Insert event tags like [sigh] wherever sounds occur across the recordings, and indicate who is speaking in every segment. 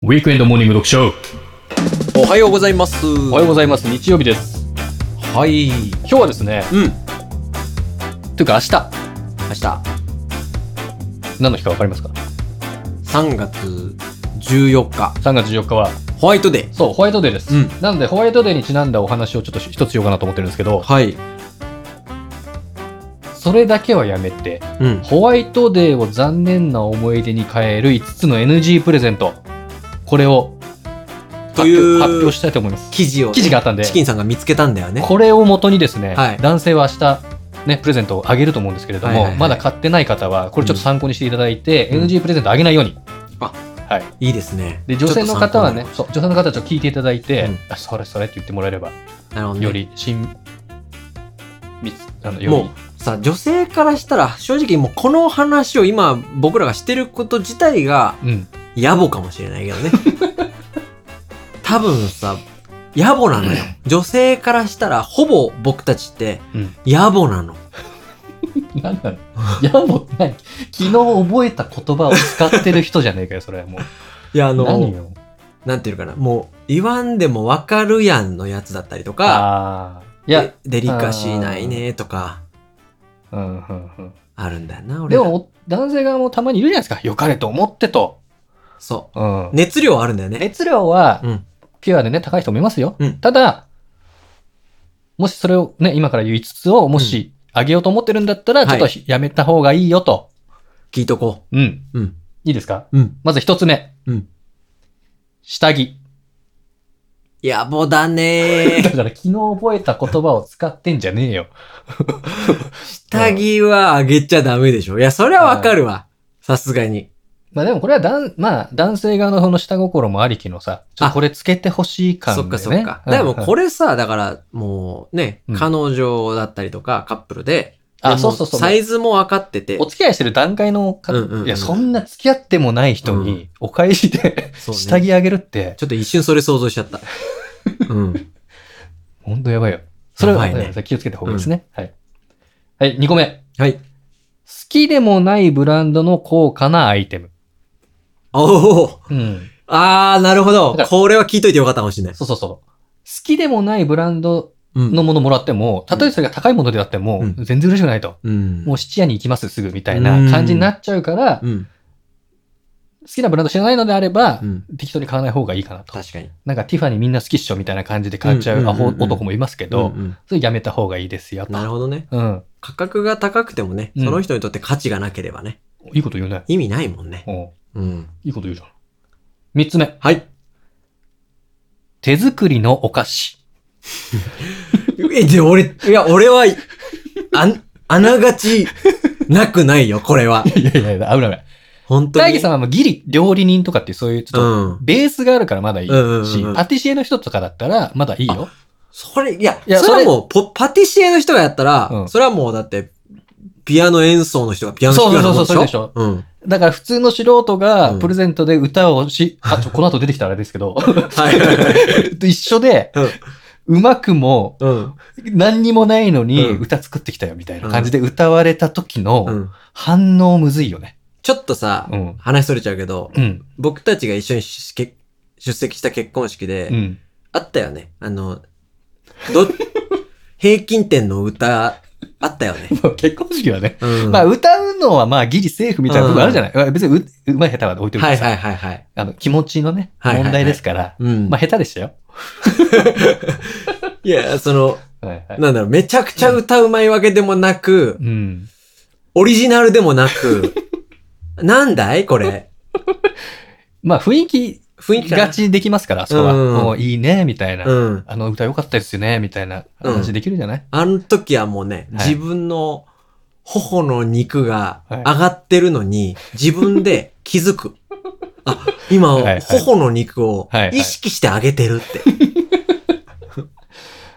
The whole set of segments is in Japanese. Speaker 1: ウィークエンドモーニング読書
Speaker 2: おはようございます。
Speaker 1: おはようございます日曜日です
Speaker 2: はい。
Speaker 1: 今日はですね
Speaker 2: うん。
Speaker 1: というか明日
Speaker 2: 明日、
Speaker 1: 何の日かわかりますか
Speaker 2: 3月14日、
Speaker 1: 3月14日は
Speaker 2: ホワイトデー。
Speaker 1: そうホワイトデーです、
Speaker 2: うん
Speaker 1: なのでホワイトデーにちなんだお話をちょっと一つしようかなと思ってるんですけど
Speaker 2: はい。
Speaker 1: それだけはやめて
Speaker 2: うん。
Speaker 1: ホワイトデーを残念な思い出に変える5つの NG プレゼントこれを
Speaker 2: という
Speaker 1: 発表したいと思います
Speaker 2: 記事を、
Speaker 1: 記事があったんで
Speaker 2: チキンさんが見つけたんだよね。
Speaker 1: これをもとにですね、
Speaker 2: はい
Speaker 1: 男性は明日ね、プレゼントをあげると思うんですけれども、
Speaker 2: はいはいはい
Speaker 1: まだ買ってない方はこれちょっと参考にしていただいて、
Speaker 2: うん
Speaker 1: NG プレゼントあげないように、
Speaker 2: あ
Speaker 1: はい、
Speaker 2: いいですね。
Speaker 1: で女性の方はね
Speaker 2: ちょ
Speaker 1: そう
Speaker 2: っと参考になりまし
Speaker 1: 女性の方はちょっと聞いていただいて、
Speaker 2: うん
Speaker 1: あそれそれって言ってもらえれば
Speaker 2: た、なるほどね
Speaker 1: より親密あのより
Speaker 2: もう、さ、女性からしたら、正直もうこの話を今僕らがしてること自体が
Speaker 1: うん、
Speaker 2: 野暮かもしれないけ
Speaker 1: [laughs]
Speaker 2: どね。多分さ、野暮なのよ。女性からしたら、ほぼ僕たちって
Speaker 1: うん、
Speaker 2: 野暮なの。
Speaker 1: なんなのやもう何昨日覚えた言葉を使ってる人じゃねえかよそれはもう
Speaker 2: いや、あの、
Speaker 1: 何よ
Speaker 2: なんていうのかな、もう、言わんでもわかるやんのやつだったりとか、
Speaker 1: ああーいや
Speaker 2: デ、デリカシーないねとか、
Speaker 1: うんうんうん、
Speaker 2: あるんだよな、俺
Speaker 1: で
Speaker 2: ら。
Speaker 1: もお男性側もたまにいるじゃないですか良かれと思ってと、
Speaker 2: そ
Speaker 1: うん
Speaker 2: う。熱量あるんだよね。
Speaker 1: 熱量は
Speaker 2: うん。
Speaker 1: ピュアでね、高い人もいますよ。
Speaker 2: うん
Speaker 1: ただ、もしそれをね、今から言いつつを、もし、あげようと思ってるんだったら、
Speaker 2: はい
Speaker 1: ちょっとひやめた方がいいよと。
Speaker 2: 聞いとこ
Speaker 1: うん。
Speaker 2: う。うん。
Speaker 1: いいですか
Speaker 2: うん。
Speaker 1: まず一つ目。
Speaker 2: うん
Speaker 1: 下着。
Speaker 2: 野暮だ
Speaker 1: [laughs]
Speaker 2: ね
Speaker 1: だから昨日覚えた言葉を使ってんじゃねえよ。
Speaker 2: 下着はあげちゃダメでしょ。いや、それはわかるわ。さすがに。
Speaker 1: まあでもこれは男、まあ男性側のその下心もありきのさ、ちょっとこれつけてほしい感だ
Speaker 2: そ
Speaker 1: よ
Speaker 2: っ
Speaker 1: ね。
Speaker 2: かそっか。でもこれさ、だから、もうね
Speaker 1: うん、
Speaker 2: 彼女だったりとか、カップルで、
Speaker 1: あ
Speaker 2: でも
Speaker 1: そうそうそう
Speaker 2: サイズも分かってて
Speaker 1: お、付き合いしてる段階のか、
Speaker 2: うんうんうん
Speaker 1: いや、そんな付き合ってもない人
Speaker 2: う
Speaker 1: に、お返しで、
Speaker 2: そうね
Speaker 1: 下着あげるって、
Speaker 2: ちょっと一瞬それ想像しちゃ
Speaker 1: [laughs]
Speaker 2: った。うん。
Speaker 1: ほんとやばいよ。それは、
Speaker 2: やばいね
Speaker 1: ね、気をつけた方がいいですね。はい。はい、2個目。
Speaker 2: はい。
Speaker 1: 好きでもないブランドの高価なアイテム。
Speaker 2: おお
Speaker 1: うん。
Speaker 2: あー、なるほど
Speaker 1: だから。
Speaker 2: これは聞いといてよかったかもしれない。
Speaker 1: そうそうそう。好きでもないブランド
Speaker 2: うん。
Speaker 1: のものもらっても、たとえそれが高いものであっても、
Speaker 2: うん
Speaker 1: 全然嬉しくないと。
Speaker 2: うん。
Speaker 1: もう質屋に行きます、すぐ、みたいな感じになっちゃうから、
Speaker 2: うん。
Speaker 1: 好きなブランド知らないのであれば、
Speaker 2: うん。
Speaker 1: 適当に買わない方がいいかなと。
Speaker 2: 確かに。
Speaker 1: なんかティファニーみんな好きっしょみたいな感じで買っちゃ
Speaker 2: うん
Speaker 1: う
Speaker 2: うん
Speaker 1: ア
Speaker 2: うんうん
Speaker 1: ホ男もいますけど、
Speaker 2: うんうん
Speaker 1: それやめた方がいいですよと。
Speaker 2: なるほどね。
Speaker 1: うん。
Speaker 2: 価格が高くてもね、
Speaker 1: うん
Speaker 2: その人にとって価値がなければね、
Speaker 1: いいこと言うね。
Speaker 2: 意味ないもんね。
Speaker 1: うん。
Speaker 2: うん。
Speaker 1: いいこと言うじゃん。三つ目。
Speaker 2: はい。
Speaker 1: 手作りのお菓子。
Speaker 2: え、で、俺、いや、俺は、あん、あながち、なくないよ、これは。
Speaker 1: いやいやいや、危ない危ない。
Speaker 2: 本当に。
Speaker 1: 大義さんはもうギリ料理人とかっていうそういうちょっと、
Speaker 2: うん。
Speaker 1: ベースがあるからまだいいし、
Speaker 2: うんうんうんうん
Speaker 1: パティシエの人とかだったらまだいいよ。
Speaker 2: それ、いや、
Speaker 1: いや
Speaker 2: それは
Speaker 1: それ
Speaker 2: もう、ポパティシエの人がやったら、
Speaker 1: うん
Speaker 2: それはもう、だって、ピアノ演奏の人がピアノ弾くようなもん
Speaker 1: そうそうそう
Speaker 2: でしょ。うん。
Speaker 1: だから普通の素人が
Speaker 2: うん
Speaker 1: プレゼントで歌をし、あ、ち
Speaker 2: [laughs]
Speaker 1: ょ、この後出てきたらあれですけど、
Speaker 2: はいはいはい。
Speaker 1: と [laughs] 一緒で、うまくも
Speaker 2: うん。
Speaker 1: 何にもないのに
Speaker 2: うん
Speaker 1: 歌作ってきたよみたいな感じで歌われた時
Speaker 2: う
Speaker 1: の
Speaker 2: ん。
Speaker 1: 反応むずいよね。
Speaker 2: ちょっとさ
Speaker 1: う、ん。
Speaker 2: 話それちゃうけど、
Speaker 1: うん。
Speaker 2: 僕たちが一緒にしけ出席した結婚式で、
Speaker 1: うん。
Speaker 2: あったよね。あの、ど、 [laughs] 平均点の歌、あったよね。
Speaker 1: もう結婚式はね、
Speaker 2: うん
Speaker 1: まあ、歌うのはまあギリセーフみたいな部分あるじゃない、まあ別にううまい下手は置いといて
Speaker 2: はい
Speaker 1: さ、
Speaker 2: はいはいはい。
Speaker 1: あの気持ちのね、
Speaker 2: はいはいは
Speaker 1: 問
Speaker 2: い
Speaker 1: 題ですから、
Speaker 2: うん。
Speaker 1: まあ下手でしたよ。
Speaker 2: いや、その、
Speaker 1: はいはい。
Speaker 2: なんだろう、めちゃくちゃ歌うまいわけでもなく
Speaker 1: う、ん。
Speaker 2: オリジナルでもなく、なんだいこれ。
Speaker 1: まあ雰囲気
Speaker 2: 雰囲気かな
Speaker 1: がちできますから、あそこは。
Speaker 2: うん
Speaker 1: もういいね、みたいな。
Speaker 2: うん。
Speaker 1: あの歌良かったですよね、みたいな話できるじゃない、
Speaker 2: あの時はもうね、
Speaker 1: はい
Speaker 2: 自分の頬の肉が
Speaker 1: はい
Speaker 2: 上がってるのに、自分で気づく。あ、今、
Speaker 1: はいはい
Speaker 2: 頬の肉を
Speaker 1: はいはい
Speaker 2: 意識してあげてるって。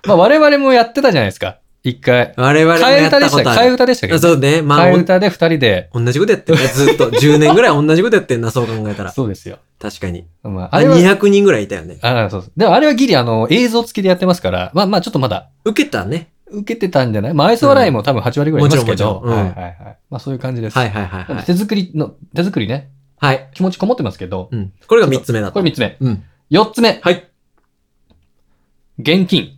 Speaker 1: まあ我々もやってたじゃないですか。一回。
Speaker 2: 我々も
Speaker 1: 替え
Speaker 2: やっ
Speaker 1: 歌で
Speaker 2: た
Speaker 1: し
Speaker 2: こ
Speaker 1: た
Speaker 2: と
Speaker 1: よ
Speaker 2: あ
Speaker 1: 替え
Speaker 2: る。
Speaker 1: 歌でしたけど、ね。
Speaker 2: そうね。まあ、
Speaker 1: 替え歌で二人で。
Speaker 2: お同じことやってるね。ずっと。10年ぐらい同じことやってんな、そう考えたら。
Speaker 1: そうですよ。
Speaker 2: 確かに。
Speaker 1: まあ、あれは、
Speaker 2: 200人ぐらいいたよね。
Speaker 1: あそうそうでもあれはギリあの映像付きでやってますから、まあまあちょっとまだ
Speaker 2: 受けたね。
Speaker 1: 受けてたんじゃないまあ、愛想笑いも多分8割ぐらいいますけど、
Speaker 2: うんもちろんもちろんうん
Speaker 1: はいはいはい。まあ、そういう感じです。
Speaker 2: はいはいはい
Speaker 1: な
Speaker 2: は
Speaker 1: んで
Speaker 2: い。
Speaker 1: 手作りの、手作りね。
Speaker 2: はい。
Speaker 1: 気持ちこもってますけど、
Speaker 2: うん。これが3つ目だと。
Speaker 1: これ3つ目。
Speaker 2: うん。
Speaker 1: 4つ目、
Speaker 2: はい。
Speaker 1: 現金。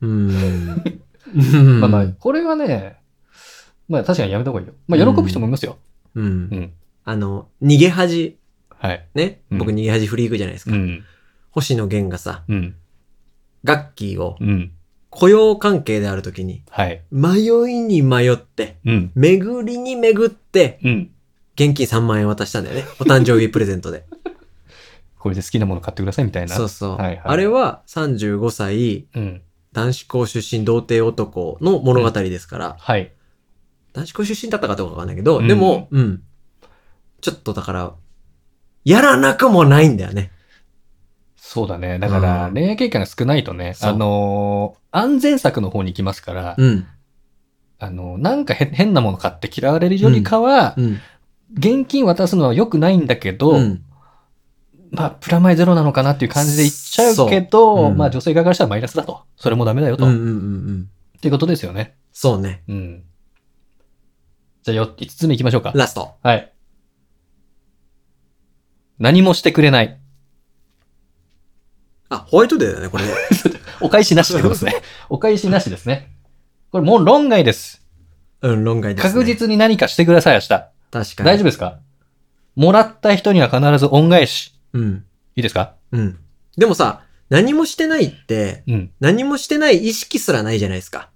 Speaker 2: うーん。うん
Speaker 1: まあまあ、これはね、まあ確かにやめた方がいいよ。まあ喜ぶ人もいますよ。
Speaker 2: う。
Speaker 1: うんん。
Speaker 2: あの、逃げ恥、
Speaker 1: はい。
Speaker 2: ね。
Speaker 1: うん
Speaker 2: 僕逃げ恥フリークじゃないですか。
Speaker 1: うん。
Speaker 2: 星野源がさ、
Speaker 1: うん。
Speaker 2: ガッキーを
Speaker 1: うん。
Speaker 2: 雇用関係であるときに、
Speaker 1: はい。
Speaker 2: 迷いに迷って、
Speaker 1: うん。
Speaker 2: 巡りに巡って、
Speaker 1: うん。
Speaker 2: 現金3万円渡したんだ
Speaker 1: [laughs]
Speaker 2: よね。お誕生日プレゼントで。
Speaker 1: これで好きなもの買ってくださいみたいな。
Speaker 2: そうそう。
Speaker 1: はいはい
Speaker 2: あれは35歳、
Speaker 1: うん。
Speaker 2: 男子校出身童貞男の物語ですから、
Speaker 1: はい。
Speaker 2: 男子校出身だったかどうかわかんないけど、
Speaker 1: うん
Speaker 2: でも、うん。ちょっとだから、やらなくもないんだよね。
Speaker 1: そうだね。だから、
Speaker 2: うん
Speaker 1: 恋愛経験が少ないとね、
Speaker 2: そう
Speaker 1: あのー安全策の方に行きますから、
Speaker 2: うん。
Speaker 1: あのーなんかへ変なもの買って嫌われるよりかは、
Speaker 2: うん。
Speaker 1: 現金渡すのは良くないんだけど、
Speaker 2: うん
Speaker 1: まあ、プラマイゼロなのかなっていう感じで言っちゃうけど、
Speaker 2: そううん
Speaker 1: まあ、女性側からしたらマイナスだと。それもダメだよ
Speaker 2: う
Speaker 1: と。
Speaker 2: んうん
Speaker 1: っ
Speaker 2: うんうん。
Speaker 1: ていうことですよね。
Speaker 2: そうね。
Speaker 1: うん。じゃあよ、5つ目行きましょうか。
Speaker 2: ラスト。
Speaker 1: はい。何もしてくれない。
Speaker 2: あ、ホワイトデーだね、これね。
Speaker 1: お返しなしってことです
Speaker 2: [laughs]
Speaker 1: ね。お返しなしですね。これもう論外です。
Speaker 2: うん、論外です、ね。
Speaker 1: 確。実に何かしてください、明日。
Speaker 2: 確かに。
Speaker 1: 大丈夫ですかもらった人には必ず恩返し。
Speaker 2: うん。
Speaker 1: いいですか
Speaker 2: うん。でもさ、何もしてないって、
Speaker 1: うん。
Speaker 2: 何もしてない意識すらないじゃないですか。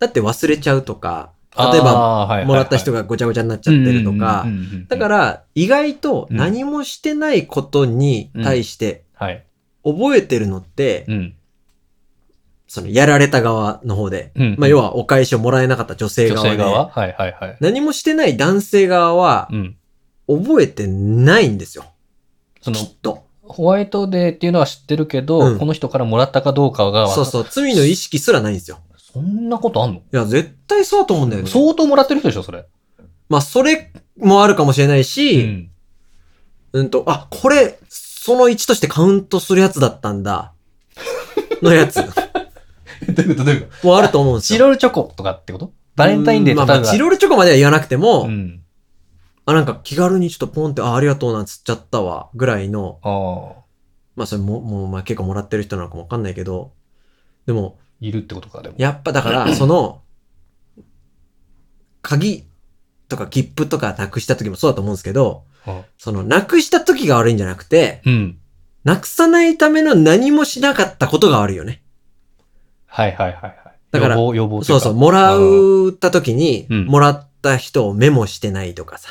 Speaker 2: だって忘れちゃうとか、例えば、
Speaker 1: ば
Speaker 2: もらった人
Speaker 1: が、
Speaker 2: がごちゃごちゃになっちゃってるとか、、だからら意外と何もしてないことに対して
Speaker 1: はい。
Speaker 2: 覚えてるのって、
Speaker 1: うん。
Speaker 2: そのやられた側の方で、
Speaker 1: うん
Speaker 2: まあ要はお返しをもらえなかった女性
Speaker 1: 女
Speaker 2: 側
Speaker 1: 性
Speaker 2: で
Speaker 1: 側はいはいはい。
Speaker 2: 何もしてない男性側は
Speaker 1: うん。
Speaker 2: 覚えてないんですよ。
Speaker 1: その、
Speaker 2: きっと。
Speaker 1: ホワイトデーっていうのは知ってるけど、
Speaker 2: うん
Speaker 1: この人からもらったかどうかが、
Speaker 2: そうそう、罪の意識すらないんですよ。
Speaker 1: そんなことあんの
Speaker 2: いや、絶対そうだと思うんだよね。
Speaker 1: 相当もらってる人でしょ、それ。
Speaker 2: まあ、それもあるかもしれないし、 [laughs]
Speaker 1: うん
Speaker 2: うんと、あ、これ、その1としてカウントするやつだったんだ。
Speaker 1: [laughs]
Speaker 2: のやつ。
Speaker 1: どういうことどういうこと
Speaker 2: もあると思うんです
Speaker 1: チ
Speaker 2: よ。
Speaker 1: ロルチョコとかってことバレンタインデー
Speaker 2: うん
Speaker 1: と
Speaker 2: まあ
Speaker 1: か
Speaker 2: まあ、チロルチョコまでは言わなくても、
Speaker 1: うん。
Speaker 2: あ、なんか気軽にちょっとポンって、あ、ありがとうなんつっちゃったわ、ぐらいの、
Speaker 1: ああ、
Speaker 2: まあそれも、もう、まあ結構もらってる人なのかもわかんないけど、でも、
Speaker 1: いるってことか、でも。
Speaker 2: やっぱだ
Speaker 1: [clears throat]
Speaker 2: から、その、鍵とか切符とかなくした時もそうだと思うんですけど、
Speaker 1: うん
Speaker 2: その、なくした時が悪いんじゃなくて、
Speaker 1: うん。
Speaker 2: なくさないための何もしなかったことが悪いよね。
Speaker 1: はいはいはいはい。
Speaker 2: だから
Speaker 1: 予防、予防とい
Speaker 2: そう
Speaker 1: か
Speaker 2: そう、もらうた時に、
Speaker 1: うん
Speaker 2: もらった人をメモしてないと
Speaker 1: [laughs]
Speaker 2: かさ。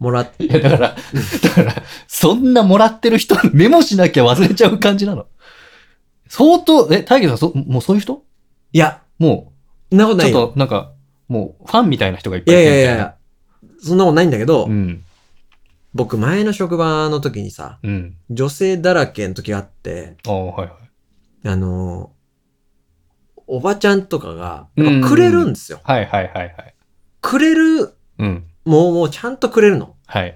Speaker 2: もらっ、
Speaker 1: いや、だから、だから、そんなもらってる人、 [laughs] メモしなきゃ忘れちゃう感じなの。相当、え、大義さん、そもうそういう人
Speaker 2: いや、
Speaker 1: も
Speaker 2: そんなこと
Speaker 1: う、
Speaker 2: な
Speaker 1: ちょ
Speaker 2: い
Speaker 1: っ
Speaker 2: よ。
Speaker 1: と、なんか、もう、ファンみたいな人がいっぱ
Speaker 2: い
Speaker 1: いい
Speaker 2: や
Speaker 1: る
Speaker 2: い
Speaker 1: みた
Speaker 2: や
Speaker 1: い
Speaker 2: い
Speaker 1: な。
Speaker 2: やいや、そんなことないんだけど、
Speaker 1: うん。
Speaker 2: 僕前の職場の時にさ、
Speaker 1: うん。
Speaker 2: 女性だらけの時があって、
Speaker 1: ああ、はいはい。
Speaker 2: あのーおばちゃんとかが、やっぱくれるんですよ。
Speaker 1: はいはいはいはい。
Speaker 2: くれる、
Speaker 1: うん。
Speaker 2: もうもうちゃんとくれるの。
Speaker 1: はい。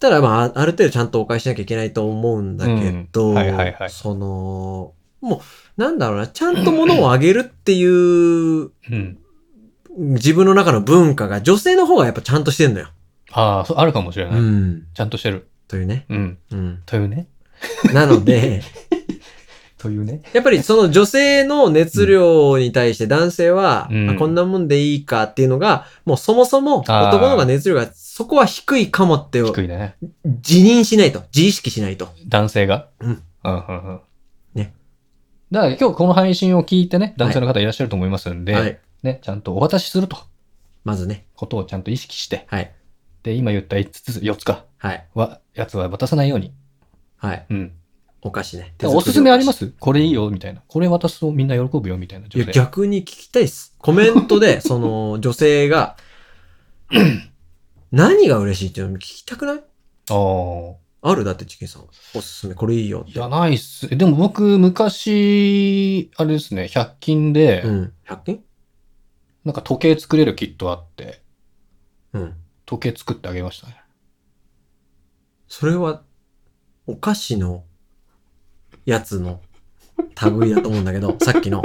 Speaker 2: ただまあ、あある程度ちゃんとお返ししなきゃいけないと思うんだけど、
Speaker 1: うんはいはいはい
Speaker 2: その、もう、なんだろうな、ちゃんと物をあげるっていう、
Speaker 1: うん。
Speaker 2: 自分の中の文化が、女性の方がやっぱちゃんとしてんのよ。
Speaker 1: ああ、そう、あるかもしれない。
Speaker 2: うん。
Speaker 1: ちゃんとしてる。
Speaker 2: というね。
Speaker 1: うん。
Speaker 2: うん。
Speaker 1: というね。
Speaker 2: なの
Speaker 1: [laughs]
Speaker 2: で、
Speaker 1: というね。
Speaker 2: やっぱりその女性の熱量に対して男性は、
Speaker 1: うん
Speaker 2: あこんなもんでいいかっていうのが、もうそもそも
Speaker 1: あー
Speaker 2: 男の方が熱量がそこは低いかもって
Speaker 1: 低いね。
Speaker 2: 自認しないと。自意識しないと。
Speaker 1: 男性が。
Speaker 2: うん。
Speaker 1: うんうんうん。
Speaker 2: ね。
Speaker 1: だから今日この配信を聞いてね、男性の方いらっしゃると思いますんで、
Speaker 2: はい。
Speaker 1: ね、ちゃんとお渡しすると。
Speaker 2: まずね。
Speaker 1: ことをちゃんと意識して、
Speaker 2: はい。
Speaker 1: で、今言った5つ、4つか、
Speaker 2: はい。
Speaker 1: は、やつは渡さないように。
Speaker 2: はい。
Speaker 1: うん。
Speaker 2: お菓子ね。
Speaker 1: おすすめありますすこれいいよ、みたいな。これ渡すとみんな喜ぶよ、みたいない女
Speaker 2: や、
Speaker 1: 性。
Speaker 2: 逆に聞きたいっす。コメン
Speaker 1: [laughs]
Speaker 2: トで、その、女性が、何が嬉しいっていうの聞きたくない
Speaker 1: ああ。
Speaker 2: あるだって、チキンさん。おすすめ、これいいよっ
Speaker 1: い
Speaker 2: て。
Speaker 1: や、ないっす。でも僕、昔、あれですね、100均で、
Speaker 2: うん。100均
Speaker 1: なんか時計作れるキットあって、
Speaker 2: うん。
Speaker 1: 時計作ってあげましたね。
Speaker 2: それは、お菓子の、やつの、類だと思うんだけど、さ [laughs] っきの、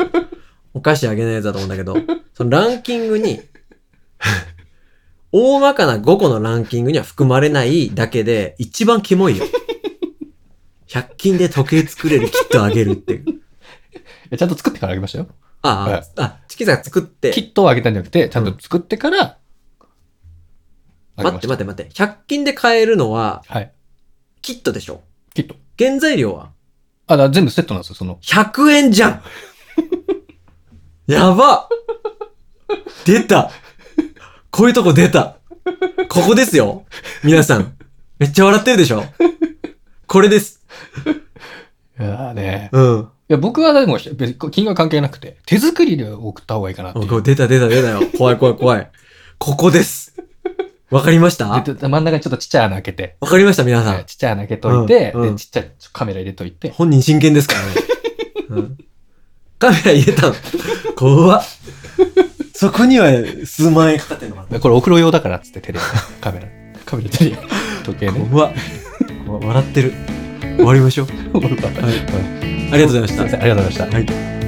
Speaker 2: お菓子あげないやつだと思うんだけど、そのランキングに、 [laughs] 大まかな5個のランキングには含まれないだけで、一番キモいよ。100均で時計作れるキットあげるっていう。
Speaker 1: やちゃんと作ってからあげましたよ。
Speaker 2: ああ、あ、チキさん作って
Speaker 1: キ、ットをあげたんじゃなくて、ちゃんと作ってから、あげ
Speaker 2: 待っ
Speaker 1: ましてた。
Speaker 2: 待って待って、100均で買えるのは、
Speaker 1: はい。
Speaker 2: キットでしょ
Speaker 1: キット。
Speaker 2: 原材料は
Speaker 1: あ、だから全部セットなんですよ、その。
Speaker 2: 100円じゃんやば出たこういうとこ出たここですよ皆さん。めっちゃ笑ってるでしょこれです。
Speaker 1: いやーね。
Speaker 2: うん。
Speaker 1: いや、僕はでも、別に金額関係なくて、手作りで送った方がいいかなって
Speaker 2: お
Speaker 1: いう。
Speaker 2: これ出た出た出たよ。怖い怖い怖い。ここです。わかりましたわ
Speaker 1: でで真ん中にちょっとちっちゃい穴開けて、
Speaker 2: かりました皆さ
Speaker 1: え
Speaker 2: ん
Speaker 1: ー。ちっちゃい穴開けといて、
Speaker 2: うんうん
Speaker 1: でちっちゃいカメラ入れといて、
Speaker 2: 本人真剣ですからね。うんカメラ入れたの。怖っ。そこには数万円かかってんのかな
Speaker 1: これお風呂用だからっつって、テレビ、カメラ。カメラテレビ。時計 [laughs] ね。
Speaker 2: 怖っ。 [laughs] わ笑ってる。終わりましょう。 [laughs]
Speaker 1: ありがとう
Speaker 2: ありがとうございまし
Speaker 1: ご
Speaker 2: た
Speaker 1: ざいま。した。
Speaker 2: はい